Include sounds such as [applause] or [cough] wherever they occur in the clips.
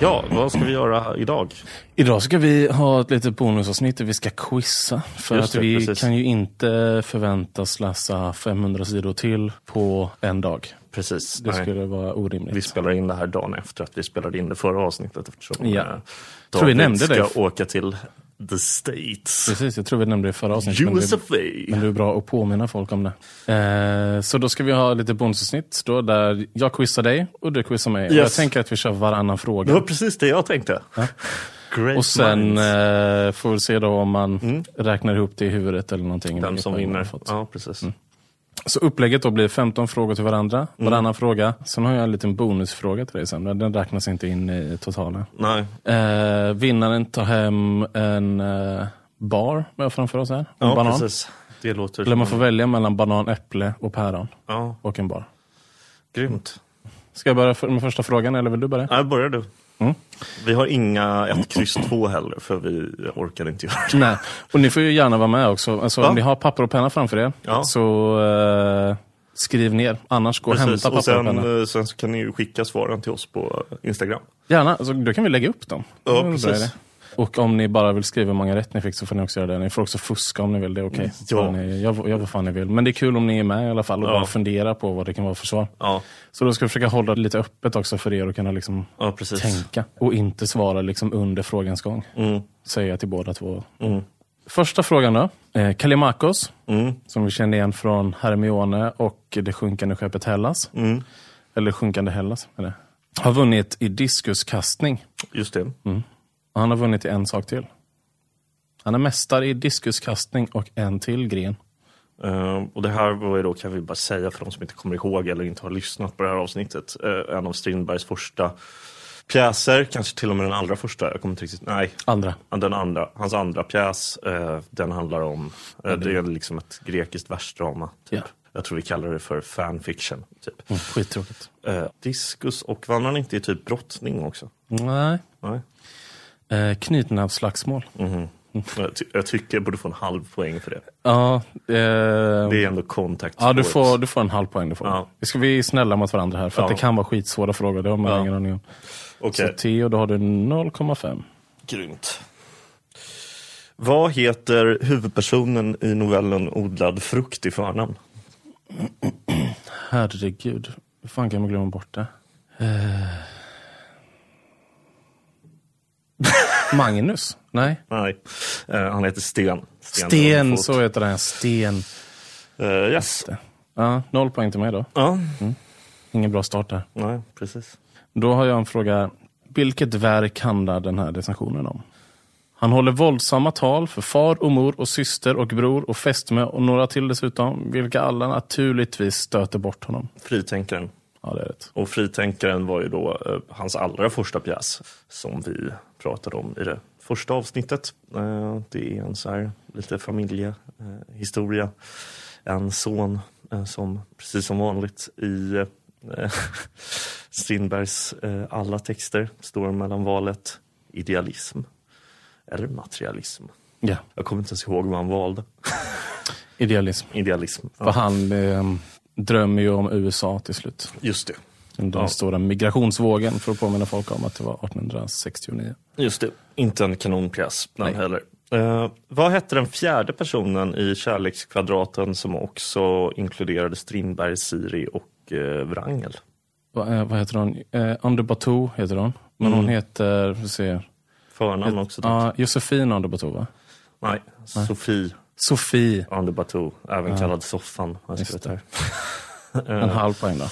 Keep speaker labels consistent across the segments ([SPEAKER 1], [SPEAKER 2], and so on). [SPEAKER 1] Ja, vad ska vi göra idag?
[SPEAKER 2] Idag ska vi ha ett litet bonusavsnitt där vi ska quizza. För
[SPEAKER 1] Just
[SPEAKER 2] att
[SPEAKER 1] det,
[SPEAKER 2] vi
[SPEAKER 1] precis.
[SPEAKER 2] kan ju inte förväntas läsa 500 sidor till på en dag.
[SPEAKER 1] Precis.
[SPEAKER 2] Det
[SPEAKER 1] Nej.
[SPEAKER 2] skulle vara orimligt.
[SPEAKER 1] Vi spelar in det här dagen efter att vi spelade in det förra avsnittet eftersom
[SPEAKER 2] Ja.
[SPEAKER 1] eh,
[SPEAKER 2] Tror vi
[SPEAKER 1] David
[SPEAKER 2] nämnde
[SPEAKER 1] ska
[SPEAKER 2] det.
[SPEAKER 1] åka till the States.
[SPEAKER 2] Precis, jag tror vi nämnde det i förra avsnittet. men det-
[SPEAKER 1] USA!
[SPEAKER 2] Men det är bra att påminna folk om det. Eh, så då ska vi ha lite bonusavsnitt då, där jag quizar dig och du quizar mig. Och Jag
[SPEAKER 1] Yes.
[SPEAKER 2] tänker att vi kör varannan
[SPEAKER 1] Det
[SPEAKER 2] fråga.
[SPEAKER 1] var precis det jag tänkte. Great
[SPEAKER 2] Och sen
[SPEAKER 1] minds.
[SPEAKER 2] eh, får vi se då om man räknar ihop det i huvudet eller någonting.
[SPEAKER 1] Vem
[SPEAKER 2] vilket
[SPEAKER 1] Mm. som
[SPEAKER 2] poäng man har
[SPEAKER 1] vinner.
[SPEAKER 2] fått. Mm.
[SPEAKER 1] Ja, precis.
[SPEAKER 2] Så upplägget då blir 15 frågor till varandra,
[SPEAKER 1] Mm.
[SPEAKER 2] varannan fråga. Sen har jag en liten bonusfråga till dig sen, men den räknas inte in i totalen.
[SPEAKER 1] Nej.
[SPEAKER 2] Eh, vinnaren tar hem en eh, bar med framför oss här. En
[SPEAKER 1] Ja,
[SPEAKER 2] banan.
[SPEAKER 1] precis. Det låter
[SPEAKER 2] Eller man får
[SPEAKER 1] som-
[SPEAKER 2] välja mellan banan, äpple och päron.
[SPEAKER 1] Ja,
[SPEAKER 2] Och en bar.
[SPEAKER 1] grymt.
[SPEAKER 2] Ska jag börja för- med första frågan eller vill du börja?
[SPEAKER 1] Nej, börjar du.
[SPEAKER 2] Mm.
[SPEAKER 1] Vi har inga ett kryss två heller, för vi orkar inte göra det.
[SPEAKER 2] Nej. Och ni får ju gärna vara med också. Alltså,
[SPEAKER 1] Ja.
[SPEAKER 2] Om ni har papper och penna framför er
[SPEAKER 1] Ja.
[SPEAKER 2] så eh, skriv ner. Annars gå och
[SPEAKER 1] Precis.
[SPEAKER 2] hämta papper
[SPEAKER 1] Och
[SPEAKER 2] och,
[SPEAKER 1] sen,
[SPEAKER 2] penna.
[SPEAKER 1] eh, sen så kan ni ju skicka svaren till oss på Instagram.
[SPEAKER 2] Gärna, alltså, då kan vi lägga upp dem.
[SPEAKER 1] Ja,
[SPEAKER 2] Det är en bra
[SPEAKER 1] precis.
[SPEAKER 2] idé. Och om ni bara vill skriva hur många rätt ni fick så får ni också göra det. Ni får också fuska om ni vill, det är okej.
[SPEAKER 1] Ja.
[SPEAKER 2] Men, eh, Jag, jag vad fan ni vill. Men det är kul om ni är med i alla fall och
[SPEAKER 1] Ja.
[SPEAKER 2] bara funderar på vad det kan vara för svar.
[SPEAKER 1] Ja,
[SPEAKER 2] Så då ska vi försöka hålla det lite öppet också för er att kunna liksom
[SPEAKER 1] ja precis.
[SPEAKER 2] tänka och inte svara liksom under frågans gång.
[SPEAKER 1] Mm,
[SPEAKER 2] Säger jag till båda två.
[SPEAKER 1] mm,
[SPEAKER 2] Första frågan då. Eh, Kalimakos,
[SPEAKER 1] mm,
[SPEAKER 2] som vi känner igen från Hermione och det sjunkande skeppet Hellas.
[SPEAKER 1] mm.
[SPEAKER 2] Eller sjunkande Hellas, är det. Har vunnit i diskuskastning.
[SPEAKER 1] Just det.
[SPEAKER 2] Mm. Och han har vunnit i en sak till. Han är mästare i diskuskastning och en till gren.
[SPEAKER 1] Eh, och det här var ju då, kan vi bara säga för de som inte kommer ihåg eller inte har lyssnat på det här avsnittet, eh, en av Strindbergs första pjäser, kanske till och med den allra första, jag kommer inte riktigt, nej,
[SPEAKER 2] Andra.
[SPEAKER 1] den andra, hans andra pjäs, eh, den handlar om, eh, det är liksom ett grekiskt versdrama, typ.
[SPEAKER 2] Mm. Ja.
[SPEAKER 1] Jag tror vi kallar det för fanfiction, typ.
[SPEAKER 2] Mm, skittråkigt.
[SPEAKER 1] Eh, diskus och vann han inte i typ brottning också?
[SPEAKER 2] Nej.
[SPEAKER 1] Nej.
[SPEAKER 2] Eh, knytnävsslagsmål.
[SPEAKER 1] Mhm.
[SPEAKER 2] Mm.
[SPEAKER 1] Jag, ty- jag tycker jag borde få en halv poäng för det.
[SPEAKER 2] Ja, eh,
[SPEAKER 1] Det är ändå contact
[SPEAKER 2] ja du,
[SPEAKER 1] sports.
[SPEAKER 2] får, du får en halv poäng. Du får.
[SPEAKER 1] Ja.
[SPEAKER 2] Vi ska vi är snälla mot varandra här, för att
[SPEAKER 1] Ja.
[SPEAKER 2] det kan vara skitsvåra frågor. Det har man
[SPEAKER 1] Ja.
[SPEAKER 2] ingen aning om.
[SPEAKER 1] Okej.
[SPEAKER 2] Så Theo, då har du 0,5.
[SPEAKER 1] Grymt. Vad heter huvudpersonen i novellen Odlad frukt i förnamn?
[SPEAKER 2] Herregud, hur fan kan man glömma bort det? Eh. [laughs] Magnus? Nej.
[SPEAKER 1] Nej, eh, han heter Sten.
[SPEAKER 2] Sten,
[SPEAKER 1] Ulfot.
[SPEAKER 2] så heter den. Sten.
[SPEAKER 1] Eh, yes.
[SPEAKER 2] Ja, noll poäng till mig då.
[SPEAKER 1] Ja, mm,
[SPEAKER 2] Ingen bra start där.
[SPEAKER 1] nej, precis.
[SPEAKER 2] Då har jag en fråga. Vilket verk handlar den här recensionen om? Han håller våldsamma tal för far och mor och syster och bror och fästmö och några till dessutom, vilka alla naturligtvis stöter bort honom.
[SPEAKER 1] Fritänkaren.
[SPEAKER 2] Ja, det är rätt.
[SPEAKER 1] Och Fritänkaren var ju då eh, hans allra första pjäs som vi pratade om i det första avsnittet. Eh, det är en så här lite familjehistoria. en son eh, som precis som vanligt i eh, [laughs] Strindbergs eh, alla texter står mellan valet idealism eller materialism.
[SPEAKER 2] Ja,
[SPEAKER 1] Jag kommer inte ens ihåg vad han valde.
[SPEAKER 2] idealism.
[SPEAKER 1] Idealism.
[SPEAKER 2] För han eh, drömmer ju om USA till slut.
[SPEAKER 1] Just det.
[SPEAKER 2] Under
[SPEAKER 1] Ja.
[SPEAKER 2] den stora migrationsvågen, för att påminna folk om att det var 1869.
[SPEAKER 1] Just det, inte en kanonpjäs den
[SPEAKER 2] Nej.
[SPEAKER 1] heller. Eh, vad hette den fjärde personen i Kärlekskvadraten som också inkluderade Strindberg, Siri och eh, Wrangel?
[SPEAKER 2] Va, eh, vad heter hon? Eh, Underbatou heter hon. Men hon heter, vi ser,
[SPEAKER 1] Förnamn också? typ.
[SPEAKER 2] Ja, Josefin Underbatou va?
[SPEAKER 1] Nej, Sofie
[SPEAKER 2] Sofie.
[SPEAKER 1] Anderbatou, även kallad Soffan. har jag
[SPEAKER 2] Just
[SPEAKER 1] skrivit här. [laughs]
[SPEAKER 2] En halv poäng då.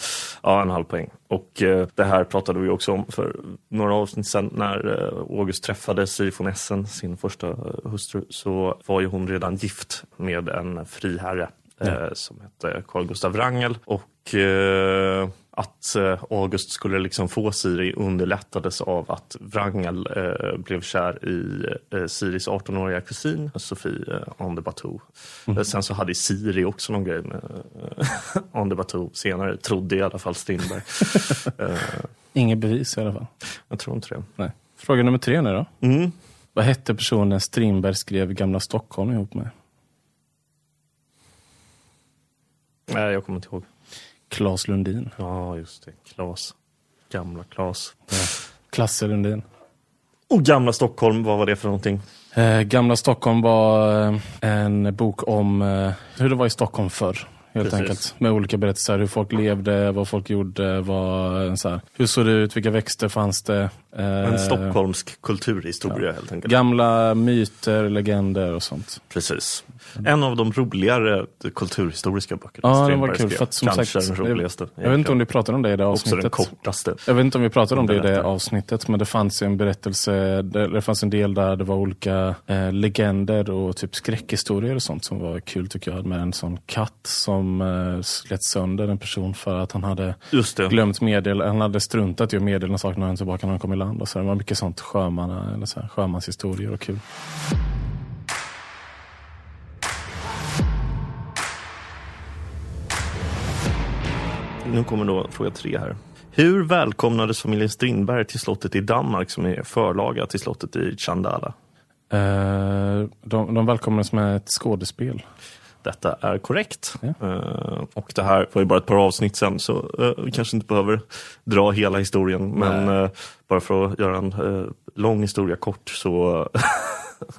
[SPEAKER 1] Ja, en halv poäng. Och eh, det här pratade vi också om för några avsnitt sedan när eh, August träffade Siri von Essen, sin första eh, hustru, så var ju hon redan gift med en friherre eh, som hette Carl Gustav Wrangel. Och eh, att eh, August skulle liksom få Siri underlättades av att Wrangel eh, blev kär i eh, Siris 18-åriga kusin Sofie eh, Anderbatou. Eh, Sen så hade Siri också någon grej med eh, [laughs] Anderbatou senare, trodde i alla fall Strindberg. eh,
[SPEAKER 2] Inget bevis i alla fall.
[SPEAKER 1] jag tror inte det.
[SPEAKER 2] Nej. Fråga nummer tre nu då.
[SPEAKER 1] Mm.
[SPEAKER 2] Vad hette personen Strindberg skrev Gamla Stockholm ihop med?
[SPEAKER 1] Nej, jag kommer inte ihåg.
[SPEAKER 2] Claes Lundin.
[SPEAKER 1] Ja, just det. Klas. Gamla Klas.
[SPEAKER 2] Klasse Lundin.
[SPEAKER 1] Och gamla Stockholm, vad var det för någonting?
[SPEAKER 2] Eh, Gamla Stockholm var eh, en bok om eh, hur det var i Stockholm förr. Helt
[SPEAKER 1] Precis.
[SPEAKER 2] enkelt. Med olika berättelser. Hur folk levde, vad folk gjorde, vad, eh, så här, hur såg det ut, vilka växter fanns det. eh,
[SPEAKER 1] En stockholmsk kulturhistoria helt enkelt.
[SPEAKER 2] Gamla myter, legender och sånt.
[SPEAKER 1] Precis. En av de roligare kulturhistoriska böckerna
[SPEAKER 2] Ja, det
[SPEAKER 1] Strindberg
[SPEAKER 2] var kul.
[SPEAKER 1] skrev.
[SPEAKER 2] För att, som
[SPEAKER 1] Kanske
[SPEAKER 2] sagt,
[SPEAKER 1] den roligaste.
[SPEAKER 2] Jag vet inte om du pratade om det i det
[SPEAKER 1] Också den
[SPEAKER 2] avsnittet.
[SPEAKER 1] kortaste.
[SPEAKER 2] Jag vet inte om vi pratade om det i det
[SPEAKER 1] Berätta.
[SPEAKER 2] avsnittet, men det fanns ju en berättelse, där- det fanns en del där det var olika eh, legender och typ skräckhistorier och sånt som var kul tycker jag. Med en sån katt som eh, slet sönder en person för att han hade
[SPEAKER 1] Just det.
[SPEAKER 2] glömt meddela, han hade struntat i att meddela saker när han tillbaka när han kom i land. Och så. Det var mycket sånt sjömanna, eller så här, sjömanshistorier och kul.
[SPEAKER 1] Nu kommer då fråga tre här. Hur välkomnades familjen Strindberg till slottet i Danmark som är förlaga till slottet i Chandala?
[SPEAKER 2] Eh, de, de välkomnades med ett skådespel.
[SPEAKER 1] Detta är korrekt.
[SPEAKER 2] Ja.
[SPEAKER 1] Eh, och det här var ju bara ett par avsnitt sen så eh, vi kanske inte behöver dra hela historien. Men eh, bara för att göra en eh, lång historia kort så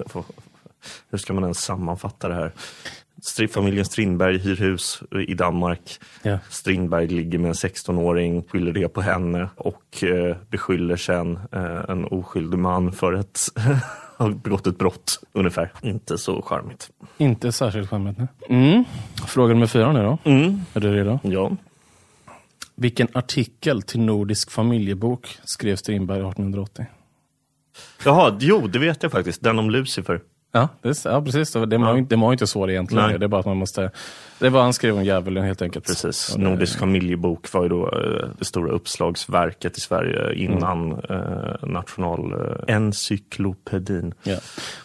[SPEAKER 1] [laughs] hur ska man ens sammanfatta det här? Stri- Familjen Strindberg hyr hus i Danmark.
[SPEAKER 2] Ja.
[SPEAKER 1] Strindberg ligger med en 16-åring, skyller det på henne och eh, beskyller sen eh, en oskyldig man för [laughs] att ha begått ett brott ungefär. Inte så charmigt.
[SPEAKER 2] Inte särskilt skämmigt. nej. Mm. Fråga nummer fyra nu då.
[SPEAKER 1] Mm.
[SPEAKER 2] Är du redo?
[SPEAKER 1] Ja.
[SPEAKER 2] Vilken artikel till Nordisk familjebok skrev Strindberg 1880?
[SPEAKER 1] Jaha, jo det vet jag faktiskt. Den om Lucifer.
[SPEAKER 2] Ja, det, är- ja precis. Det var, det var, Inte, det var inte svårt egentligen.
[SPEAKER 1] Nej.
[SPEAKER 2] Det är bara att man måste... Det var han skrev om djävulen helt enkelt.
[SPEAKER 1] Precis.
[SPEAKER 2] Och det-
[SPEAKER 1] Nordisk familjebok var ju då eh, det stora uppslagsverket i Sverige
[SPEAKER 2] Mm.
[SPEAKER 1] innan eh, nationalencyklopedin.
[SPEAKER 2] Ja.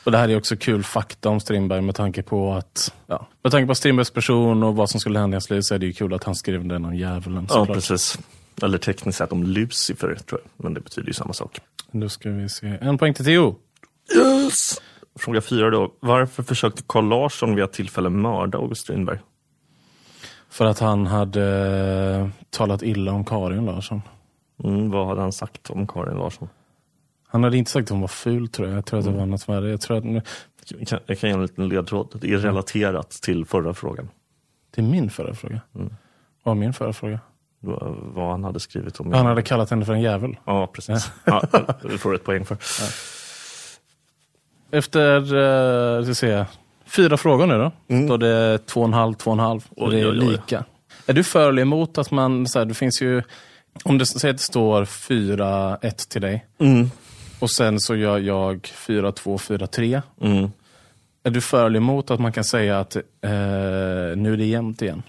[SPEAKER 2] Och det här är också kul fakta om Strindberg med tanke på att... Ja, med tanke på Strindbergs person och vad som skulle hända i hans liv så är det ju kul att han skrev den om djävulen
[SPEAKER 1] Ja,
[SPEAKER 2] såklart.
[SPEAKER 1] precis. Eller tekniskt sett om Lucifer, tror jag. Men det betyder ju samma sak.
[SPEAKER 2] Då ska vi se. En poäng till Theo.
[SPEAKER 1] Yes! Fråga fyra då. Varför försökte Carl Larsson vid ett tillfälle mörda August Strindberg?
[SPEAKER 2] För att han hade eh, talat illa om Karin Larsson.
[SPEAKER 1] Mm, vad hade han sagt om Karin Larsson?
[SPEAKER 2] Han hade inte sagt att hon var ful tror jag. Jag tror att det
[SPEAKER 1] Mm.
[SPEAKER 2] var något värre. Jag tror att...
[SPEAKER 1] Jag kan, jag kan ge en liten ledtråd. Det är relaterat till förra frågan.
[SPEAKER 2] Det är min förra fråga.
[SPEAKER 1] Mm.
[SPEAKER 2] Vad var min förra fråga?
[SPEAKER 1] Vad vad han hade skrivit om.
[SPEAKER 2] Han hade kallat henne för en jävel.
[SPEAKER 1] Ja, precis. Ja, det får du ett poäng för.
[SPEAKER 2] Efter, eh, ska se, fyra frågor nu då. Då är det två och en halv, två och en halv. och
[SPEAKER 1] Mm. Oj,
[SPEAKER 2] det är
[SPEAKER 1] oj, oj.
[SPEAKER 2] lika. Är du för eller emot att man, så här, det finns ju, om det säger att det står 4-1 till dig.
[SPEAKER 1] Mm,
[SPEAKER 2] Och sen så gör jag 4-2, 4-3.
[SPEAKER 1] Mm.
[SPEAKER 2] Är du för eller emot att man kan säga att eh, nu är det jämnt igen?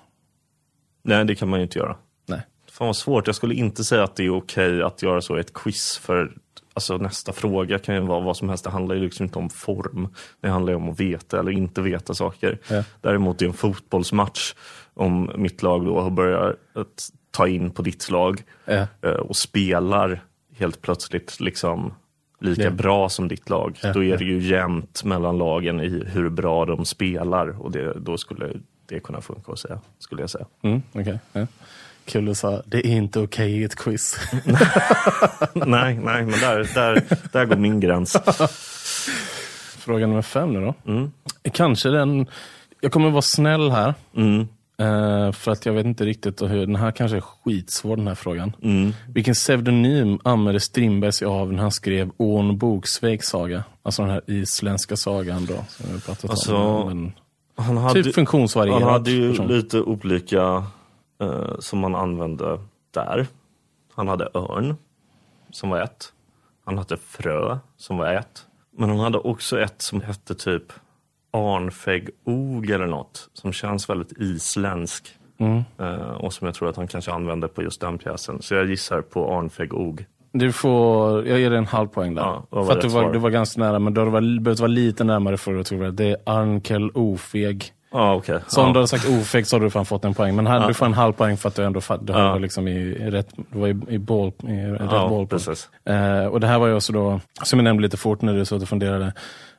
[SPEAKER 1] Nej, det kan man ju inte göra.
[SPEAKER 2] Nej.
[SPEAKER 1] Fan vad svårt. Jag skulle inte säga att det är okej att göra så i ett quiz. För alltså, nästa fråga kan ju vara vad som helst. Det handlar ju liksom inte om form. Det handlar ju om att veta eller inte veta saker.
[SPEAKER 2] Ja.
[SPEAKER 1] Däremot i en fotbollsmatch, om mitt lag då börjar att ta in på ditt lag
[SPEAKER 2] Ja.
[SPEAKER 1] eh, och spelar helt plötsligt liksom lika
[SPEAKER 2] Ja.
[SPEAKER 1] bra som ditt lag.
[SPEAKER 2] Ja,
[SPEAKER 1] Då
[SPEAKER 2] ja.
[SPEAKER 1] är det ju jämnt mellan lagen i hur bra de spelar. Och det, då skulle det kunna funka att säga, skulle jag säga. [laughs]
[SPEAKER 2] Mm, okej. ja. Kul du sa, det är inte okej i ett quiz.
[SPEAKER 1] nej, nej, men där, där, där går min gräns.
[SPEAKER 2] Fråga nummer fem nu då.
[SPEAKER 1] Mm.
[SPEAKER 2] Kanske den... Jag kommer vara snäll här.
[SPEAKER 1] Mm.
[SPEAKER 2] Eh, för att jag vet inte riktigt hur... Den här kanske är skitsvår den här frågan.
[SPEAKER 1] Mm.
[SPEAKER 2] Vilken pseudonym använde Strindberg sig av när han skrev Ån Bogsveigs saga? Alltså den här isländska sagan då. Som vi har pratat
[SPEAKER 1] Alltså,
[SPEAKER 2] om. Men,
[SPEAKER 1] [laughs] Han hade,
[SPEAKER 2] typ funktionsvarierad
[SPEAKER 1] han hade ju
[SPEAKER 2] person.
[SPEAKER 1] lite olika eh, som man använde där. Han hade örn, som var ett. Han hade frö, som var ett. Men han hade också ett som hette typ arnfägog eller något. Som känns väldigt isländsk.
[SPEAKER 2] Mm.
[SPEAKER 1] Eh, och som jag tror att han kanske använde på just den pjäsen. Så jag gissar på arnfägog.
[SPEAKER 2] Du får... Jag ger dig en halv poäng där.
[SPEAKER 1] Ja, vad var
[SPEAKER 2] för att
[SPEAKER 1] rätt
[SPEAKER 2] du var,
[SPEAKER 1] svar?
[SPEAKER 2] du var ganska nära, men du hade varit- behövt vara lite närmare för att tro det. Det är Arnkel Ofeg.
[SPEAKER 1] Ah, okay.
[SPEAKER 2] Så om
[SPEAKER 1] Ja.
[SPEAKER 2] du hade sagt ofäkt så hade du fan fått en poäng. Men här, du får en halv poäng för att du ändå fatt, du hade liksom i, i rätt, du var i, i, boll, i rätt
[SPEAKER 1] Ja,
[SPEAKER 2] boll. på.
[SPEAKER 1] precis.
[SPEAKER 2] Eh, och det här var ju också då, som jag nämnde lite fort när du så att du funderade,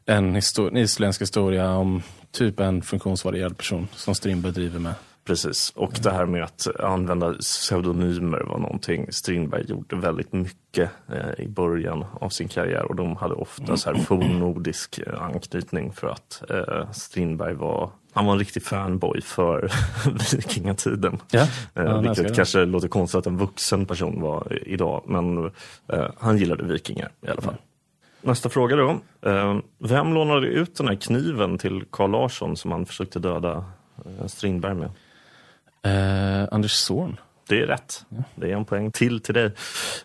[SPEAKER 2] en, histor- en isländsk historia om typ en funktionsvarierad person som Strindberg driver med.
[SPEAKER 1] Precis, och det här med att använda pseudonymer var någonting Strindberg gjorde väldigt mycket eh, i början av sin karriär och de hade ofta så här fornnordisk eh, anknytning för att eh, Strindberg var han var en riktig fanboy för [laughs] vikingatiden.
[SPEAKER 2] Ja.
[SPEAKER 1] Eh,
[SPEAKER 2] Ja, jag ser det.
[SPEAKER 1] vilket kanske låter konstigt att en vuxen person var i- idag, men eh, han gillade vikingar i alla fall. Nästa fråga då. Eh, vem lånade ut den här kniven till Carl Larsson som han försökte döda eh, Strindberg med?
[SPEAKER 2] Eh, Anders Zorn.
[SPEAKER 1] Det är rätt. Det är en poäng till till dig.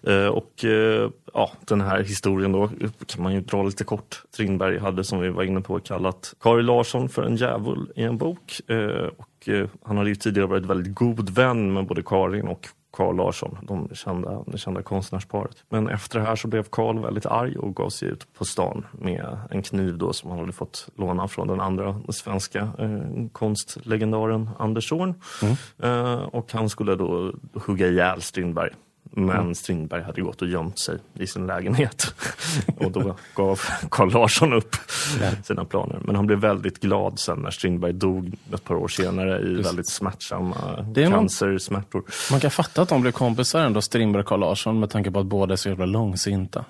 [SPEAKER 1] Eh, Och eh, ja, den här historien då kan man ju dra lite kort. Strindberg hade som vi var inne på kallat Kari Larsson för en djävul i en bok. Eh, Och eh, han hade ju tidigare varit väldigt god vän med både Karin och Carl Larsson, de kända, det kända konstnärsparet. Men efter det här så blev Carl väldigt arg och gav sig ut på stan med en kniv då som han hade fått låna från den andra svenska eh, konstlegendaren Anders Zorn. Eh, och han skulle då hugga ihjäl Strindberg. Men Strindberg hade gått och gömt sig i sin lägenhet. [laughs] och då gav Carl Larsson upp sina planer. Men han blev väldigt glad sen när Strindberg dog ett par år senare i väldigt smärtsamma
[SPEAKER 2] är någon- [laughs]
[SPEAKER 1] cancersmärtor.
[SPEAKER 2] Man kan fatta att de blev kompisar ändå, Strindberg och Carl Larsson, med tanke på att båda är så jävla långsinta.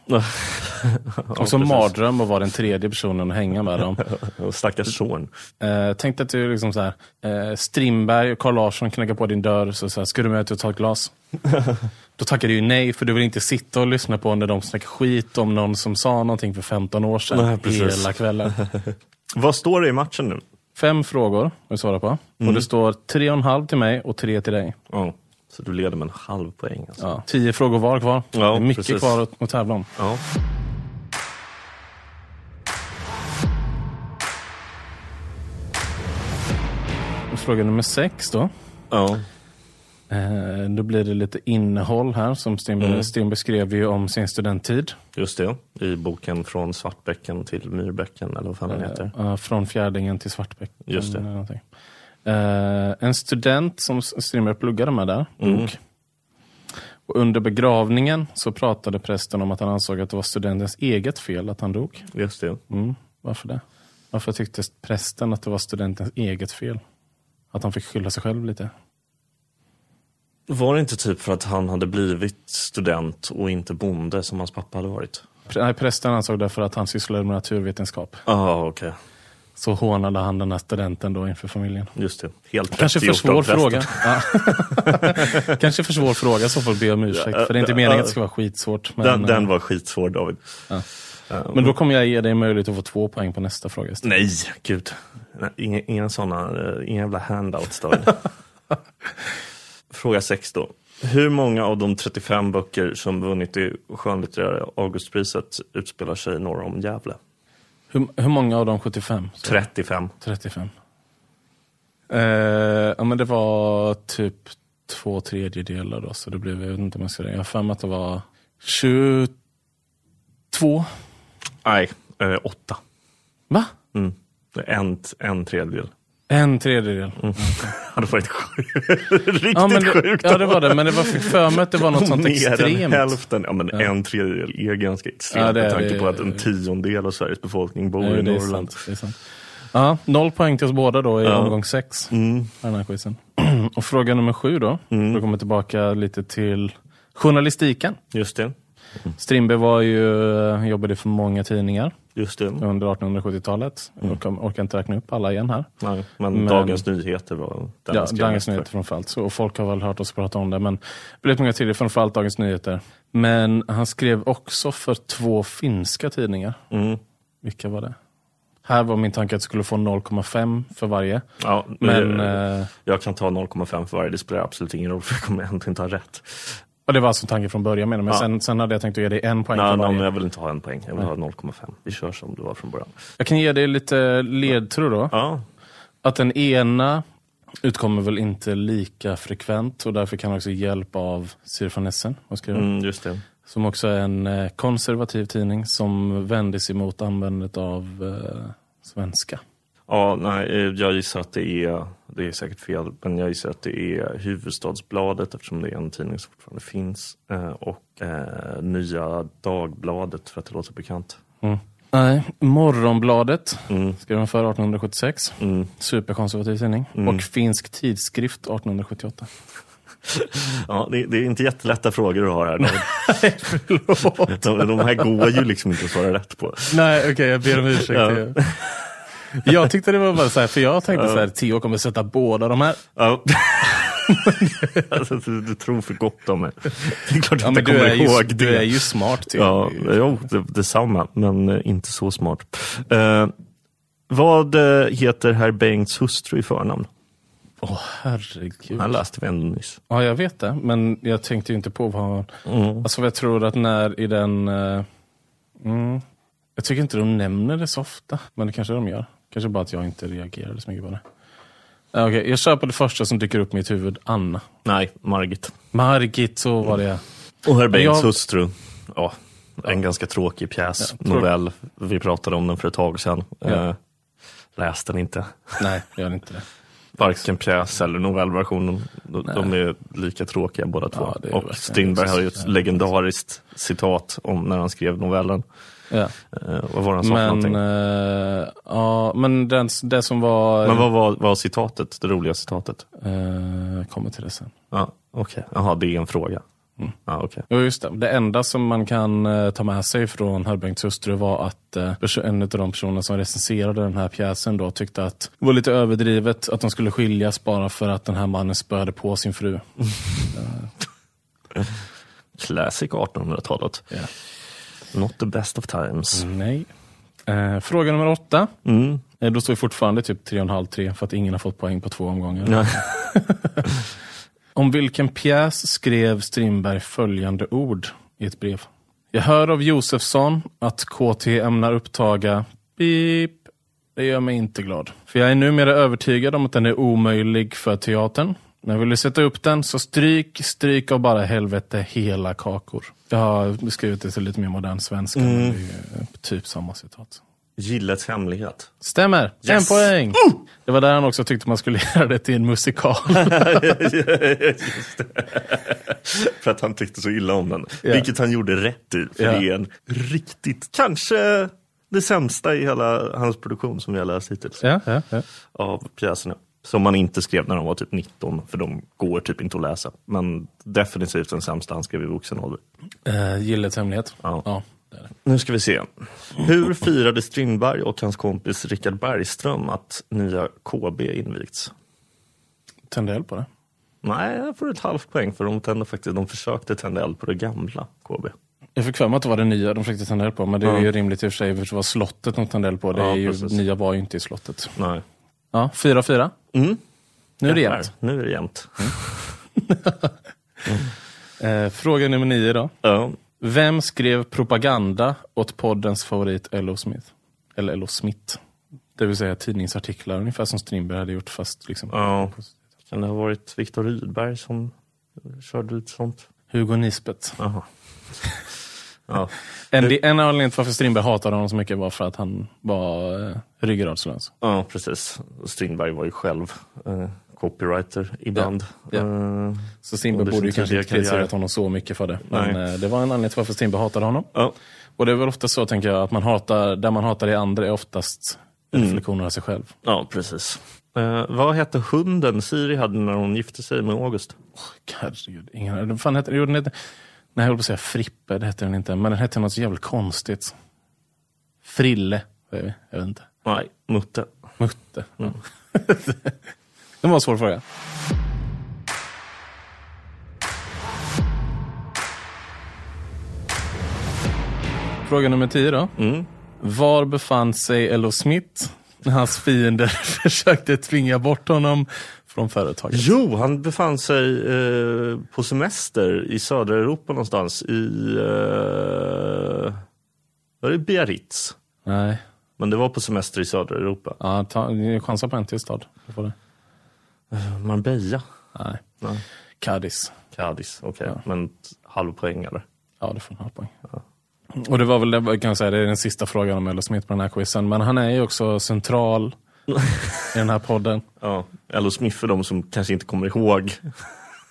[SPEAKER 2] och så
[SPEAKER 1] precis.
[SPEAKER 2] mardröm att vara den tredje personen att hänga med dem.
[SPEAKER 1] Och Stackars son.
[SPEAKER 2] Eh, tänk dig att du liksom så här, eh, Strindberg och Carl Larsson knackar på din dörr så så här, ska du med ut och ta
[SPEAKER 1] [laughs]
[SPEAKER 2] ett glas? Då tackar du ju nej, för du vill inte sitta och lyssna på när de snackar skit om någon som sa någonting för 15 år sedan
[SPEAKER 1] Nej, precis.
[SPEAKER 2] hela kvällen.
[SPEAKER 1] Vad står det i matchen nu?
[SPEAKER 2] Fem frågor att svara på.
[SPEAKER 1] Mm.
[SPEAKER 2] Och det står tre och en halv till mig och tre till dig.
[SPEAKER 1] Ja, så du leder med en halv poäng. Alltså.
[SPEAKER 2] Ja. Tio frågor var kvar.
[SPEAKER 1] Ja,
[SPEAKER 2] det är mycket
[SPEAKER 1] precis.
[SPEAKER 2] kvar att, att tävla om.
[SPEAKER 1] Ja.
[SPEAKER 2] Fråga nummer sex då.
[SPEAKER 1] Ja.
[SPEAKER 2] Eh, då blir det lite innehåll här som Strindberg,
[SPEAKER 1] Mm.
[SPEAKER 2] Strindberg skrev ju om sin studenttid.
[SPEAKER 1] Just det, i boken Från Svartbäcken till Myrbäcken eller vad fan den heter.
[SPEAKER 2] Ja, Eh, från Fjärdingen till Svartbäcken.
[SPEAKER 1] Just det.
[SPEAKER 2] eller någonting. Eh, en student som S- Strindberg pluggade med där
[SPEAKER 1] Mm.
[SPEAKER 2] dog. Och under begravningen så pratade prästen om att han ansåg att det var studentens eget fel att han dog.
[SPEAKER 1] Just det.
[SPEAKER 2] Mm. Varför det? Varför tyckte prästen att det var studentens eget fel? Att han fick skylla sig själv lite?
[SPEAKER 1] Var det inte typ för att han hade blivit student och inte bonde som hans pappa hade varit?
[SPEAKER 2] Pr- Nej, prästen ansåg det för att han sysslade med naturvetenskap.
[SPEAKER 1] Ja, Ah, okej.
[SPEAKER 2] Så hånade han den här studenten då inför familjen.
[SPEAKER 1] Just det. Helt rätt
[SPEAKER 2] Kanske för
[SPEAKER 1] gjort
[SPEAKER 2] svår
[SPEAKER 1] av prästen.
[SPEAKER 2] fråga. Ja. [laughs] Kanske för svår fråga så får vi be om ursäkt. För det är inte
[SPEAKER 1] Ja,
[SPEAKER 2] meningen
[SPEAKER 1] ja.
[SPEAKER 2] att det ska vara skitsvårt. Men, eh,
[SPEAKER 1] Den, den var skitsvår David. Eh,
[SPEAKER 2] men då kommer jag ge dig möjlighet att få två poäng på nästa fråga. istället.
[SPEAKER 1] Nej, gud. Nej, Inga, inga sådana, eh, inga jävla handouts
[SPEAKER 2] [laughs]
[SPEAKER 1] David. Fråga sex då. Hur många av de 35 böcker som vunnit det skönlitterära Augustpriset utspelar sig norr om Gävle?
[SPEAKER 2] Hur, hur många av de 75? Så,
[SPEAKER 1] 35.
[SPEAKER 2] 35. Eh, ja, men det var typ två tredjedelar då. Så det blev, jag vet inte om jag ska räkna. Jag har för mig att det var 22.
[SPEAKER 1] Nej, eh, åtta.
[SPEAKER 2] Va?
[SPEAKER 1] Mm. Det är En, en tredjedel.
[SPEAKER 2] En tredjedel.
[SPEAKER 1] Det hade varit sjukt. [laughs] Riktigt
[SPEAKER 2] Ja, men det,
[SPEAKER 1] Mm. sjukt.
[SPEAKER 2] ja, det var det. Men det var för mig att det var något sånt
[SPEAKER 1] Mer än
[SPEAKER 2] extremt.
[SPEAKER 1] hälften. Ja, men En tredjedel är ganska extremt
[SPEAKER 2] Ja, det är-
[SPEAKER 1] med tanke
[SPEAKER 2] det-
[SPEAKER 1] på att en tiondel av Sveriges befolkning bor
[SPEAKER 2] Ja,
[SPEAKER 1] i
[SPEAKER 2] det är
[SPEAKER 1] Norrland.
[SPEAKER 2] sant. Det är sant. Ja, noll poäng till oss båda då i omgång sex.
[SPEAKER 1] Mm.
[SPEAKER 2] Den här quizen. [clears throat] Och fråga nummer sju då. Då kommer jag tillbaka lite till journalistiken.
[SPEAKER 1] Just det. Mm.
[SPEAKER 2] Strindberg var ju, eh, jobbade för många tidningar
[SPEAKER 1] Just det.
[SPEAKER 2] under 1870-talet.
[SPEAKER 1] Mm.
[SPEAKER 2] Jag orkar, orkar inte räkna upp alla igen här.
[SPEAKER 1] Nej, men,
[SPEAKER 2] Men-
[SPEAKER 1] Dagens Nyheter var den
[SPEAKER 2] Ja,
[SPEAKER 1] jag skrev mest
[SPEAKER 2] Dagens
[SPEAKER 1] för.
[SPEAKER 2] Nyheter framförallt. Så, och folk har väl hört oss prata om det. Men väldigt många tidningar, framförallt Dagens Nyheter. Men han skrev också för två finska tidningar.
[SPEAKER 1] Mm.
[SPEAKER 2] Vilka var det? Här var min tanke att jag skulle få 0,5 för varje.
[SPEAKER 1] Ja,
[SPEAKER 2] Men,
[SPEAKER 1] men,
[SPEAKER 2] eh,
[SPEAKER 1] jag kan ta 0,5 för varje. Det spelar absolut ingen roll [laughs] för jag kommer ändå inte ha rätt.
[SPEAKER 2] och det var alltså tanken från början med det, men
[SPEAKER 1] Ja.
[SPEAKER 2] sen, sen hade jag tänkt att ge dig en poäng
[SPEAKER 1] Nej,
[SPEAKER 2] för
[SPEAKER 1] nej,
[SPEAKER 2] varje.
[SPEAKER 1] men jag vill inte ha en poäng. Jag vill ha 0,5. Vi kör som det var från början.
[SPEAKER 2] Jag kan ge dig lite ledtråd då.
[SPEAKER 1] Ja,
[SPEAKER 2] Att den ena utkommer väl inte lika frekvent och därför kan han också hjälp av Sir van Essen, vad skriver han?
[SPEAKER 1] mm, just det.
[SPEAKER 2] som också är en eh, konservativ tidning som vände sig mot användandet av eh, svenska.
[SPEAKER 1] Ja, nej, eh, jag gissar att det är, det är säkert fel, men jag gissar att det är Huvudstadsbladet eftersom det är en tidning som fortfarande finns eh, och eh, Nya Dagbladet för att det låter bekant.
[SPEAKER 2] Mm. Nej, Morgonbladet
[SPEAKER 1] Mm.
[SPEAKER 2] skrev den för 1876.
[SPEAKER 1] Mm.
[SPEAKER 2] Superkonservativ tidning.
[SPEAKER 1] Mm.
[SPEAKER 2] Och Finsk
[SPEAKER 1] [laughs]
[SPEAKER 2] tidskrift 1878.
[SPEAKER 1] Ja, det, det är inte jättelätta frågor du har här.
[SPEAKER 2] [laughs]
[SPEAKER 1] Nej, de, de här går ju liksom inte att svara rätt på.
[SPEAKER 2] Nej, okej, jag ber om ursäkt.
[SPEAKER 1] Ja.
[SPEAKER 2] Jag- Jag tyckte det var bara så här, för jag tänkte så här, Theo kommer sätta båda de här.
[SPEAKER 1] Ja. [laughs] alltså, du, du tror för gott om mig. Det är klart
[SPEAKER 2] Ja,
[SPEAKER 1] att jag
[SPEAKER 2] men du
[SPEAKER 1] kommer
[SPEAKER 2] är, ju,
[SPEAKER 1] ihåg det.
[SPEAKER 2] du är ju smart Theo.
[SPEAKER 1] Ja, jo, det, detsamma, men eh, inte så smart. Eh, vad eh, heter herr Bengts hustru i förnamn?
[SPEAKER 2] Åh, herregud.
[SPEAKER 1] Han läste vi ändå nyss.
[SPEAKER 2] Ja, jag vet det, men jag tänkte ju inte på vad...
[SPEAKER 1] Mm.
[SPEAKER 2] Alltså jag tror att när i den... eh, mm, jag tycker inte de nämner det så ofta, men det kanske de gör. Kanske bara att jag inte reagerade så mycket på det. Ja, Okej, jag kör på det första som dyker upp i mitt huvud, Anna.
[SPEAKER 1] Nej, Margit.
[SPEAKER 2] Margit, så var det.
[SPEAKER 1] Och herr Bengts
[SPEAKER 2] jag-
[SPEAKER 1] hustru. Ja, en ganska tråkig pjäs,
[SPEAKER 2] Ja, tråk-
[SPEAKER 1] novell. Vi pratade om den för ett tag sedan.
[SPEAKER 2] Ja.
[SPEAKER 1] Eh, läste den inte.
[SPEAKER 2] Nej, gör inte det.
[SPEAKER 1] Varken pjäs eller novellversionen. De, de är lika tråkiga båda två.
[SPEAKER 2] Ja, det är verkligen
[SPEAKER 1] och Strindberg har ju ett
[SPEAKER 2] så-
[SPEAKER 1] legendariskt citat om när han skrev novellen.
[SPEAKER 2] Ja.
[SPEAKER 1] Eh, vad var han sa för
[SPEAKER 2] Men,
[SPEAKER 1] någonting?
[SPEAKER 2] eh, ja, men den, det som var...
[SPEAKER 1] Men vad var, var citatet, det roliga citatet?
[SPEAKER 2] Eh, kommer till det sen.
[SPEAKER 1] Ja, Okej, Mm. jaha det är en fråga. Ja, okej.
[SPEAKER 2] Jo, just det. Det enda som man kan eh, ta med sig från Herr Bengts hustru var att eh, perso- en av de personer som recenserade den här pjäsen då tyckte att det var lite överdrivet att de skulle skiljas bara för att den här mannen spöade på sin fru.
[SPEAKER 1] Classic 1800-talet.
[SPEAKER 2] Ja.
[SPEAKER 1] Not the best of times.
[SPEAKER 2] Nej. Eh, fråga nummer åtta.
[SPEAKER 1] Mm.
[SPEAKER 2] Eh, då står vi fortfarande typ 3,5-3 för att ingen har fått poäng på två omgångar.
[SPEAKER 1] Ja. [laughs]
[SPEAKER 2] Om vilken pjäs skrev Strindberg följande ord i ett brev? Jag hör av Josefsson att KT ämnar upptaga beep. Det gör mig inte glad. För jag är numera övertygad om att den är omöjlig för teatern. När jag ville sätta upp den så stryk, stryk av bara helvete hela kakor. Jag har skrivit det till lite mer modern svenska. Men det är eh, typ samma citat.
[SPEAKER 1] Gillets [laughs] hemlighet.
[SPEAKER 2] Stämmer!
[SPEAKER 1] Yes.
[SPEAKER 2] En poäng! Det var där han också tyckte man skulle [laughs] göra det till en musikal.
[SPEAKER 1] Just det. för att han tyckte så illa om den.
[SPEAKER 2] Ja.
[SPEAKER 1] Vilket han gjorde rätt i. För
[SPEAKER 2] Ja.
[SPEAKER 1] det är en riktigt, kanske det sämsta i hela hans produktion som vi har läst hittills.
[SPEAKER 2] ja, ja, ja.
[SPEAKER 1] av pjäserna. Som man inte skrev när de var typ 19, för de går typ inte att läsa. Men definitivt den sämsta han skrev i vuxen ålder.
[SPEAKER 2] Eh, Gillets hemlighet.
[SPEAKER 1] Ja.
[SPEAKER 2] Ja, det är det.
[SPEAKER 1] Nu ska vi se. Hur firade Strindberg och hans kompis Richard Bergström att nya KB invigts?
[SPEAKER 2] Tände eld på det.
[SPEAKER 1] Nej, jag får ett halvt poäng för de, tände faktiskt, de försökte tända eld på det gamla KB.
[SPEAKER 2] Jag fick för mig att det var det nya de försökte tända eld på. Men det är
[SPEAKER 1] Ja.
[SPEAKER 2] ju rimligt i och för sig, för det var slottet de tände eld på. Det
[SPEAKER 1] Ja,
[SPEAKER 2] är ju,
[SPEAKER 1] precis.
[SPEAKER 2] nya var ju inte i slottet.
[SPEAKER 1] Nej.
[SPEAKER 2] Ja, 4-4.
[SPEAKER 1] Mm.
[SPEAKER 2] Nu är det
[SPEAKER 1] Jävlar,
[SPEAKER 2] jämnt.
[SPEAKER 1] Nu är det jämnt.
[SPEAKER 2] Eh, fråga nummer nio då.
[SPEAKER 1] Ja.
[SPEAKER 2] Vem skrev propaganda åt poddens favorit L.O. Smith? Eller L.O. Smith. Det vill säga tidningsartiklar, ungefär som Strindberg hade gjort fast liksom.
[SPEAKER 1] ja. Kan det ha varit Viktor Rydberg som körde ut sånt?
[SPEAKER 2] Hugo Nisbet.
[SPEAKER 1] Jaha. Ja.
[SPEAKER 2] En, en anledning till varför Strindberg hatade honom så mycket var för att han var eh, ryggradslös.
[SPEAKER 1] Ja, precis. Strindberg var ju själv eh, copywriter ibland.
[SPEAKER 2] Ja, ja.
[SPEAKER 1] Eh,
[SPEAKER 2] Så
[SPEAKER 1] Och
[SPEAKER 2] Strindberg
[SPEAKER 1] det
[SPEAKER 2] borde ju
[SPEAKER 1] finns
[SPEAKER 2] kanske
[SPEAKER 1] en
[SPEAKER 2] inte
[SPEAKER 1] karriär.
[SPEAKER 2] kritiserat honom så mycket för det. Men
[SPEAKER 1] Nej.
[SPEAKER 2] eh, det var en anledning till varför Strindberg hatade honom.
[SPEAKER 1] ja.
[SPEAKER 2] Och det är väl ofta så, tänker jag, att man hatar, där man hatar det andra är oftast reflektioner av sig själv.
[SPEAKER 1] ja, precis. Eh, vad hette hunden Siri hade när hon gifte sig med August?
[SPEAKER 2] Herregud, ingen vad fan heter, jo, den heter, nej, jag höll på att säga Frippe, det hette den inte. Men den hette något så jävligt konstigt. Frille, säger vi. Jag vet inte.
[SPEAKER 1] Nej, Mutte.
[SPEAKER 2] Mutte. [laughs] det var en svår fråga. Fråga nummer tio då. Var befann sig Ello Smith när hans fiender [laughs] försökte tvinga bort honom från företaget?
[SPEAKER 1] Jo, han befann sig eh, på semester i södra Europa någonstans. I... Eh, var det Biarritz?
[SPEAKER 2] Nej,
[SPEAKER 1] Men det var på semester i södra Europa.
[SPEAKER 2] ja, ta, chansa på en till stad. Du får det.
[SPEAKER 1] Marbella?
[SPEAKER 2] Nej.
[SPEAKER 1] Nej.
[SPEAKER 2] Cadiz.
[SPEAKER 1] Cadiz, okej. Men t- halv poäng eller?
[SPEAKER 2] Ja, du får en halv poäng. Och det var väl det, kan jag säga, det är den sista frågan om Ello Smith på den här quizen. Men han är ju också central i den här podden.
[SPEAKER 1] Ja, Ello Smith för de som kanske inte kommer ihåg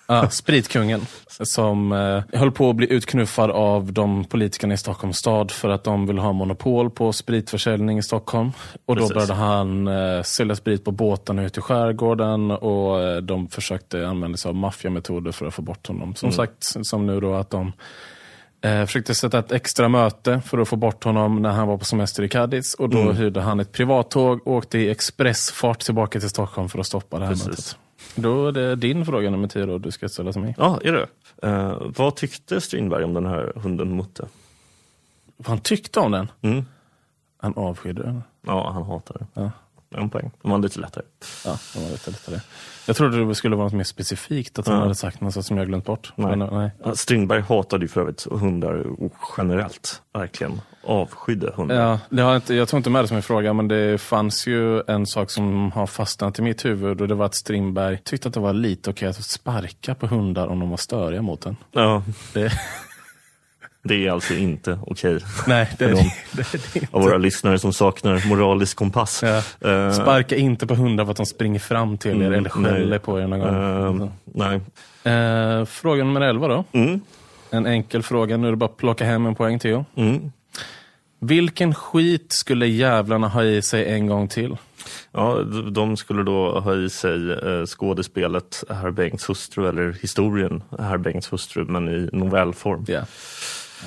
[SPEAKER 2] Ja, spritkungen. Som eh, höll på att bli utknuffad av de politikerna i Stockholms stad för att de ville ha monopol på spritförsäljning i Stockholm. Och då
[SPEAKER 1] Precis.
[SPEAKER 2] började han eh, sälja sprit på båtarna ute i skärgården och eh, de försökte använda sig av maffiametoder för att få bort honom. Som sagt, som nu då att de Eh, försökte sätta ett extra möte för att få bort honom när han var på semester i Cadiz. Och då
[SPEAKER 1] Mm.
[SPEAKER 2] hyrde han ett privattåg och åkte i expressfart tillbaka till Stockholm för att stoppa det här
[SPEAKER 1] Precis.
[SPEAKER 2] mötet. Då är det din fråga nummer tio då du ska ställa till mig.
[SPEAKER 1] Ja, är det? Eh, vad tyckte Strindberg om den här hunden Mutte?
[SPEAKER 2] Vad han tyckte om den?
[SPEAKER 1] Mm.
[SPEAKER 2] Han avskydde den.
[SPEAKER 1] Ja, han hatar det.
[SPEAKER 2] Ja.
[SPEAKER 1] En poäng. De var lite lättare.
[SPEAKER 2] Ja, det var lite, lite det. Jag trodde det skulle vara något mer specifikt, att han
[SPEAKER 1] Ja.
[SPEAKER 2] hade sagt något som jag glömt bort.
[SPEAKER 1] Nej.
[SPEAKER 2] Men, eh, nej.
[SPEAKER 1] Ja, Strindberg hatade ju för övrigt hundar generellt. Verkligen avskydde hundar.
[SPEAKER 2] Ja, det har jag, inte, jag tog inte med det som en fråga, men det fanns ju en sak som har fastnat i mitt huvud och det var att Strindberg tyckte att det var lite okej att sparka på hundar om de var störiga mot en.
[SPEAKER 1] Ja, [laughs]
[SPEAKER 2] Det,
[SPEAKER 1] det är alltså inte
[SPEAKER 2] [laughs]
[SPEAKER 1] okej.
[SPEAKER 2] nej, det,
[SPEAKER 1] För
[SPEAKER 2] det,
[SPEAKER 1] de
[SPEAKER 2] det, det
[SPEAKER 1] Av våra lyssnare som saknar moralisk kompass.
[SPEAKER 2] Ja.
[SPEAKER 1] Eh,
[SPEAKER 2] Sparka inte på hundar för att de springer fram till er
[SPEAKER 1] Mm,
[SPEAKER 2] eller skäller
[SPEAKER 1] nej.
[SPEAKER 2] på er någon gång.
[SPEAKER 1] eh, nej.
[SPEAKER 2] Eh, fråga nummer 11 då.
[SPEAKER 1] Mm,
[SPEAKER 2] En enkel fråga, nu är det bara att plocka hem en poäng till.
[SPEAKER 1] mm.
[SPEAKER 2] Vilken skit skulle jävlarna ha i sig en gång till?
[SPEAKER 1] Ja, d- de skulle då ha i sig eh, skådespelet Herr Bengts hustru eller historien Herr Bengts hustru men i novellform.
[SPEAKER 2] Ja,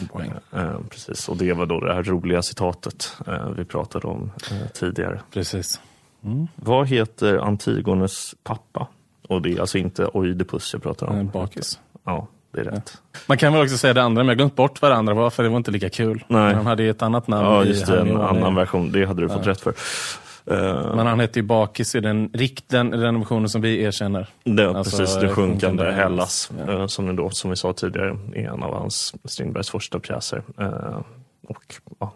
[SPEAKER 2] en poäng.
[SPEAKER 1] Eh, precis, och det var då det här roliga citatet eh, vi pratade om eh, tidigare.
[SPEAKER 2] Precis.
[SPEAKER 1] Vad heter Antigones pappa? Och det är alltså inte Oidipus jag pratar om.
[SPEAKER 2] En bakis.
[SPEAKER 1] Ja, det är rätt.
[SPEAKER 2] Man kan väl också säga det andra, men jag har glömt bort vad det andra var för det var inte lika kul.
[SPEAKER 1] Nej.
[SPEAKER 2] Han hade ju ett annat namn.
[SPEAKER 1] Ja,
[SPEAKER 2] i
[SPEAKER 1] just det, en
[SPEAKER 2] Hermione.
[SPEAKER 1] annan version. Det hade du fått rätt för. Eh,
[SPEAKER 2] Men han hette ju Bakis i den, rikt, den, den versionen som vi erkänner.
[SPEAKER 1] Det,
[SPEAKER 2] Alltså,
[SPEAKER 1] precis, Det sjunkande
[SPEAKER 2] sjunkande
[SPEAKER 1] Hellas, eh, som, ni då, som vi sa tidigare är en av hans Strindbergs första pjäser. Eh, och ja,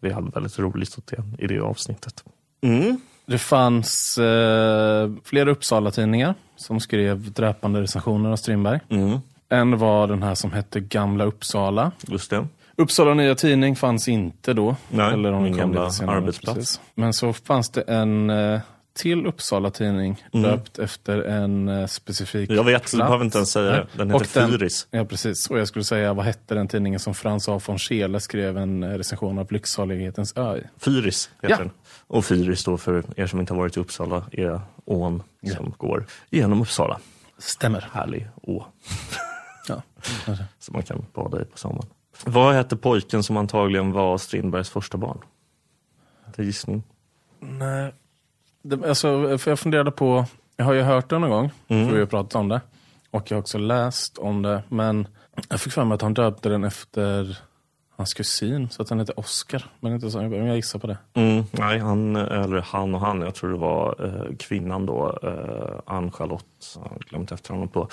[SPEAKER 1] vi hade väldigt roligt åt det i det avsnittet. Mm.
[SPEAKER 2] Det fanns eh, flera Uppsala-tidningar som skrev dräpande recensioner av Strindberg.
[SPEAKER 1] Mm.
[SPEAKER 2] En var den här som hette Gamla Uppsala.
[SPEAKER 1] Just det.
[SPEAKER 2] Uppsala Nya Tidning fanns inte då.
[SPEAKER 1] Nej,
[SPEAKER 2] eller om
[SPEAKER 1] min
[SPEAKER 2] det kom
[SPEAKER 1] gamla
[SPEAKER 2] lite senare,
[SPEAKER 1] arbetsplats.
[SPEAKER 2] precis. Men så fanns det en eh, till Uppsala Tidning döpt efter en eh, specifik
[SPEAKER 1] Mm. Jag vet, du
[SPEAKER 2] plats.
[SPEAKER 1] behöver inte ens säga det. Den
[SPEAKER 2] Och
[SPEAKER 1] heter Fyris.
[SPEAKER 2] Ja, precis. Och jag skulle säga, vad hette den tidningen som Frans A. von Scheele skrev en eh, recension av Lycksalighetens ö i?
[SPEAKER 1] Fyris heter
[SPEAKER 2] Ja.
[SPEAKER 1] den. Och Fyris då, för er som inte har varit i Uppsala, är ån som går genom Uppsala.
[SPEAKER 2] Stämmer.
[SPEAKER 1] Härlig å
[SPEAKER 2] Ja.
[SPEAKER 1] som man kan bada i på sommaren. Vad hette pojken som antagligen var Strindbergs första barn? Det är gissning.
[SPEAKER 2] Nej. Det, alltså, för jag funderade på, jag har ju hört det någon gång, för vi har pratat om det. Och jag har också läst om det, men jag fick för mig att han döpte den efter hans kusin, så att han heter Oscar. Men inte så, men jag gissar på det.
[SPEAKER 1] Mm, nej, han, eller han och han, jag tror det var eh, kvinnan då, eh, Ann-Charlotte, jag har glömt efter honom på,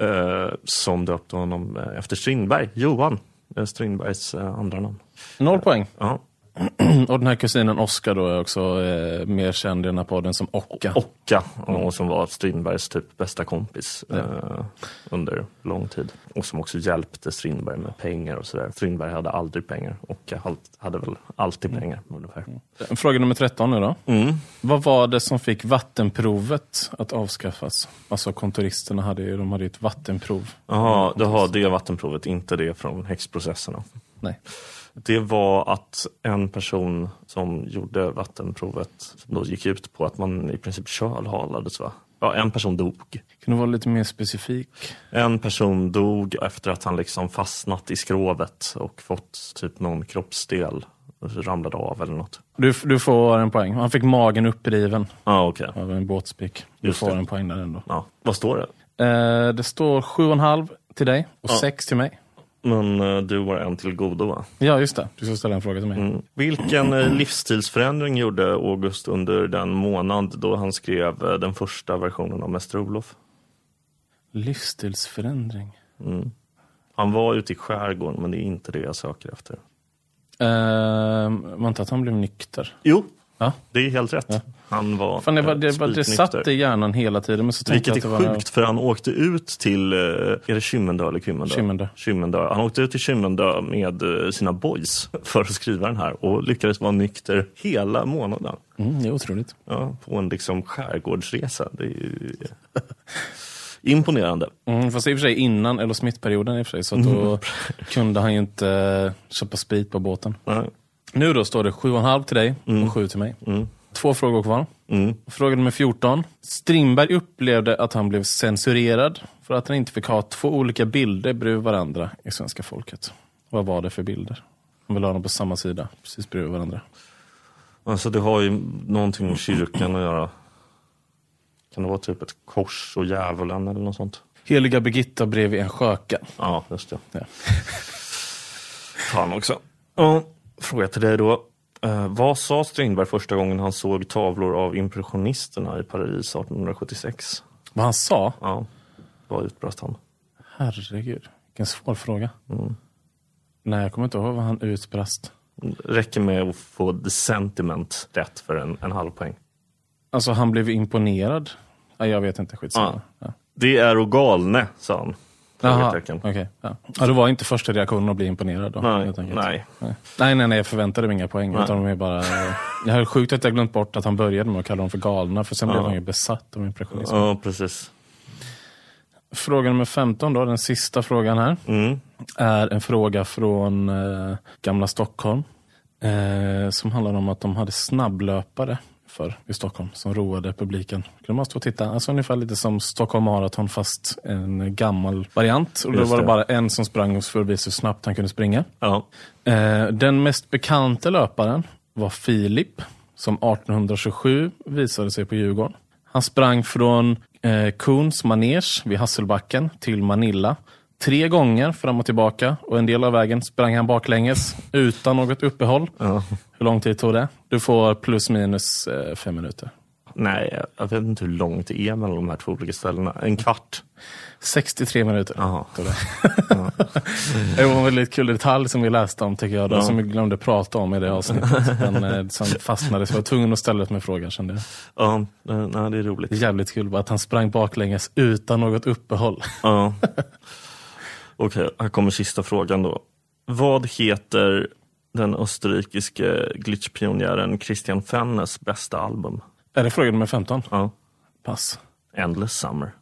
[SPEAKER 1] eh, som döpte honom eh, efter Strindberg, Johan eh, Strindbergs eh, andra namn.
[SPEAKER 2] Noll poäng.
[SPEAKER 1] Ja.
[SPEAKER 2] [clears throat] Och den här kusinen Oscar då är också eh, mer känd i den här podden som Ocka.
[SPEAKER 1] Ocka, och som var Strindbergs typ bästa kompis eh, under lång tid. Och som också hjälpte Strindberg med pengar och sådär. Strindberg hade aldrig pengar, Ocka hal- hade väl alltid pengar ungefär.
[SPEAKER 2] Fråga nummer 13 nu då.
[SPEAKER 1] Mm.
[SPEAKER 2] Vad var det som fick vattenprovet att avskaffas? Alltså kontoristerna hade ju, de hade ju ett vattenprov.
[SPEAKER 1] Jaha, du har det vattenprovet, inte det från häxprocesserna.
[SPEAKER 2] Nej.
[SPEAKER 1] Det var att en person som gjorde vattenprovet, som då gick ut på att man i princip kölhalades va? Ja, en person dog.
[SPEAKER 2] Kan du vara lite mer specifik?
[SPEAKER 1] En person dog efter att han liksom fastnat i skrovet och fått typ någon kroppsdel, ramlade av eller något.
[SPEAKER 2] Du, du får en poäng. Han fick magen uppriven
[SPEAKER 1] Ja, okej.
[SPEAKER 2] av en båtspik. Du
[SPEAKER 1] Just
[SPEAKER 2] får
[SPEAKER 1] det.
[SPEAKER 2] en poäng där ändå.
[SPEAKER 1] Ja, vad står det?
[SPEAKER 2] Eh, det står 7,5 till dig och
[SPEAKER 1] Ja.
[SPEAKER 2] 6 till mig.
[SPEAKER 1] Men eh, du var en till godo va?
[SPEAKER 2] Ja, just det. Du ska ställa en fråga till mig.
[SPEAKER 1] Mm. Vilken eh, livsstilsförändring gjorde August under den månad då han skrev eh, den första versionen av Mäster Olof?
[SPEAKER 2] Livsstilsförändring.
[SPEAKER 1] Han var ute i skärgården, men det är inte det jag söker efter.
[SPEAKER 2] Eh, var inte att han blev nykter?
[SPEAKER 1] Jo,
[SPEAKER 2] Ja.
[SPEAKER 1] det är helt rätt. Han var,
[SPEAKER 2] Fan, det, var,
[SPEAKER 1] eh,
[SPEAKER 2] det, var, det
[SPEAKER 1] spiknykter.
[SPEAKER 2] satt i hjärnan hela tiden. Men så tänkte
[SPEAKER 1] Vilket
[SPEAKER 2] jag
[SPEAKER 1] är
[SPEAKER 2] att det
[SPEAKER 1] sjukt, för
[SPEAKER 2] var
[SPEAKER 1] han åkte ut till, eh, är det Kymmendö eller Kymmendö?
[SPEAKER 2] Kymmendö.
[SPEAKER 1] Kymmendö. Han åkte ut till Kymmendö med eh, sina boys för att skriva den här och lyckades vara nykter hela månaden.
[SPEAKER 2] Mm, det är otroligt.
[SPEAKER 1] Ja, på en liksom skärgårdsresa. Det är ju Imponerande.
[SPEAKER 2] Mm, fast i och för sig innan Ellos Smith-perioden i och för sig. Så att
[SPEAKER 1] Mm.
[SPEAKER 2] då kunde han ju inte eh, köpa sprit på båten.
[SPEAKER 1] Nej.
[SPEAKER 2] Nu då står det 7,5 till dig och 7 till mig. Två frågor kvar.
[SPEAKER 1] Mm.
[SPEAKER 2] Fråga nummer 14. Strindberg upplevde att han blev censurerad för att han inte fick ha två olika bilder bredvid varandra i svenska folket. Vad var det för bilder? Han ville ha dem på samma sida, precis bredvid varandra.
[SPEAKER 1] Alltså det har ju någonting med kyrkan att göra. Kan det vara typ ett kors och djävulen eller något sånt?
[SPEAKER 2] Heliga Birgitta bredvid en sköka.
[SPEAKER 1] Ja, just det.
[SPEAKER 2] Ja.
[SPEAKER 1] [laughs] Fan också. Ja, fråga till dig då. Eh, vad sa Strindberg första gången han såg tavlor av impressionisterna i Paris 1876?
[SPEAKER 2] Vad han sa?
[SPEAKER 1] Ja, vad utbrast han?
[SPEAKER 2] Herregud, vilken svår fråga.
[SPEAKER 1] Mm.
[SPEAKER 2] Nej, jag kommer inte ihåg vad han utbrast.
[SPEAKER 1] Räcker med att få the sentiment rätt för en, en halv poäng.
[SPEAKER 2] Alltså, han blev imponerad. Nej, jag vet inte, skitsamma.
[SPEAKER 1] Ah.
[SPEAKER 2] Ja.
[SPEAKER 1] Det är och galne, sa han.
[SPEAKER 2] Jaha,
[SPEAKER 1] Frågetecken.
[SPEAKER 2] okej, ja. ja, det var inte första reaktionen att bli imponerad då.
[SPEAKER 1] Nej,
[SPEAKER 2] helt enkelt.
[SPEAKER 1] nej.
[SPEAKER 2] Nej. nej, nej, nej, jag förväntade mig inga poäng.
[SPEAKER 1] Nej.
[SPEAKER 2] Utan de är bara, jag är sjukt att jag glömt bort att han började med att kalla dem för galna, för sen blev han ju besatt av impressionism.
[SPEAKER 1] Ja, precis.
[SPEAKER 2] Fråga nummer 15 då, den sista frågan här,
[SPEAKER 1] Mm.
[SPEAKER 2] är en fråga från eh, gamla Stockholm. Eh, som handlar om att de hade snabblöpare för i Stockholm som roade publiken. Kunde man stå och titta, alltså ungefär lite som Stockholm Marathon fast en gammal variant. Och då
[SPEAKER 1] Just
[SPEAKER 2] var det
[SPEAKER 1] det.
[SPEAKER 2] bara en som sprang och förbi så snabbt han kunde springa.
[SPEAKER 1] Ja.
[SPEAKER 2] Eh, Den mest bekanta löparen var Filip, som 1827 visade sig på Djurgården. Han sprang från eh, Kuhns manege vid Hasselbacken till Manilla. Tre gånger fram och tillbaka och en del av vägen sprang han baklänges utan något uppehåll.
[SPEAKER 1] ja.
[SPEAKER 2] Hur lång tid tog det? Du får plus minus eh, fem minuter.
[SPEAKER 1] Nej, jag vet inte hur långt det är mellan de här två olika ställena. En kvart.
[SPEAKER 2] 63 minuter.
[SPEAKER 1] Jaha.
[SPEAKER 2] tog det. det var en väldigt kul detalj som vi läste om tycker jag, då, som vi glömde prata om i det avsnittet. Men eh, som fastnade så jag var tvungen att ställa ut mig frågan kände jag.
[SPEAKER 1] Ja, eh, nej, det är roligt.
[SPEAKER 2] Det är jävligt kul bara att han sprang baklänges utan något uppehåll.
[SPEAKER 1] Ja. Okej, här kommer sista frågan då. Vad heter den österrikiske glitchpionjären Christian Fennes bästa album?
[SPEAKER 2] Är det fråga nummer 15?
[SPEAKER 1] Ja,
[SPEAKER 2] Pass.
[SPEAKER 1] Endless Summer.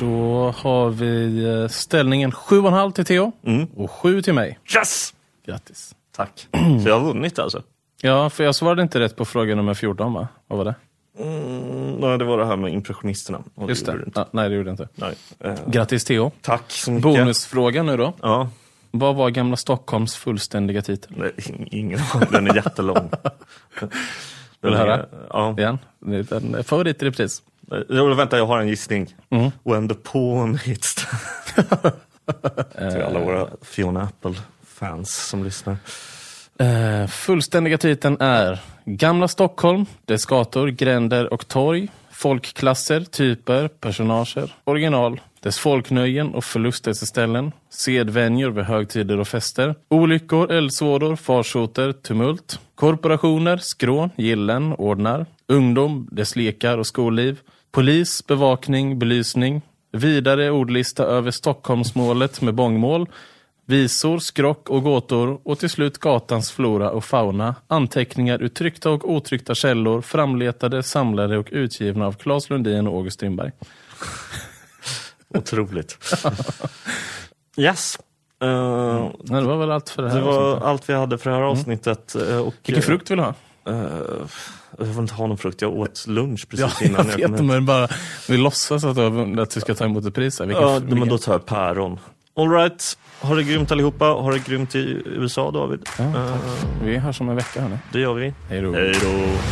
[SPEAKER 2] Då har vi eh, ställningen 7,5 till Theo
[SPEAKER 1] Mm.
[SPEAKER 2] och 7 till mig.
[SPEAKER 1] Yes!
[SPEAKER 2] Grattis.
[SPEAKER 1] Tack. Så jag har vunnit alltså?
[SPEAKER 2] Ja, för jag svarade inte rätt på fråga nummer 14 va? Vad var det?
[SPEAKER 1] Mm, nej, det var det här med impressionisterna. Och
[SPEAKER 2] Just
[SPEAKER 1] gjorde
[SPEAKER 2] det.
[SPEAKER 1] du inte.
[SPEAKER 2] Ja, nej, det gjorde jag inte.
[SPEAKER 1] Nej. Eh,
[SPEAKER 2] Grattis Theo.
[SPEAKER 1] tack så mycket.
[SPEAKER 2] Bonusfråga nu då.
[SPEAKER 1] Ja,
[SPEAKER 2] Vad var gamla Stockholms fullständiga titel?
[SPEAKER 1] nej, in- ingen aning. Den är jättelång.
[SPEAKER 2] [laughs] Vill du höra?
[SPEAKER 1] Ja.
[SPEAKER 2] Igen, det är en favorit i repris.
[SPEAKER 1] Jo, vänta, jag har en gissning.
[SPEAKER 2] Mm.
[SPEAKER 1] When the porn hits
[SPEAKER 2] [laughs]
[SPEAKER 1] the Till alla våra Fiona Apple-fans som lyssnar.
[SPEAKER 2] Eh, fullständiga titeln är Gamla Stockholm, dess gator, gränder och torg, folkklasser, typer, personager, original, dess folknöjen och förlustelseställen, sedvänjor vid högtider och fester, olyckor, eldsvådor, farsoter, tumult, korporationer, skrån, gillen, ordnar, ungdom, dess lekar och skolliv, polis, bevakning, belysning, vidare ordlista över Stockholmsmålet med bångmål, Visor, skrock och gåtor och till slut gatans flora och fauna. Anteckningar ur tryckta och otryckta källor, framletade, samlade och utgivna av Claes Lundin och August Strindberg. [laughs]
[SPEAKER 1] Otroligt. yes. Eh,
[SPEAKER 2] Nej, det var väl allt för det här
[SPEAKER 1] det var
[SPEAKER 2] avsnittet.
[SPEAKER 1] allt vi hade för det här avsnittet. eh, Och,
[SPEAKER 2] Mm. Vilken
[SPEAKER 1] eh,
[SPEAKER 2] frukt vill du ha?
[SPEAKER 1] eh, jag vill inte ha någon frukt. Jag åt lunch
[SPEAKER 2] Ja, [laughs]
[SPEAKER 1] precis
[SPEAKER 2] jag
[SPEAKER 1] innan
[SPEAKER 2] vet
[SPEAKER 1] jag
[SPEAKER 2] inte,
[SPEAKER 1] kom hit.
[SPEAKER 2] men bara, vi låtsas att du, har vunnit- att du ska ta emot ett pris. Här. Vilken,
[SPEAKER 1] Ja,
[SPEAKER 2] vilken-
[SPEAKER 1] men då tar jag päron. All right. Ha det grymt allihopa. Ha det grymt i USA, David.
[SPEAKER 2] Ja, tack. Vi hörs om en vecka. Hörni.
[SPEAKER 1] Det gör vi.
[SPEAKER 2] Hej då.
[SPEAKER 1] Hej då.